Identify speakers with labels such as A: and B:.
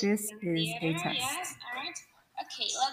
A: This is a
B: Theater,
A: test.
B: yes, all right. Okay,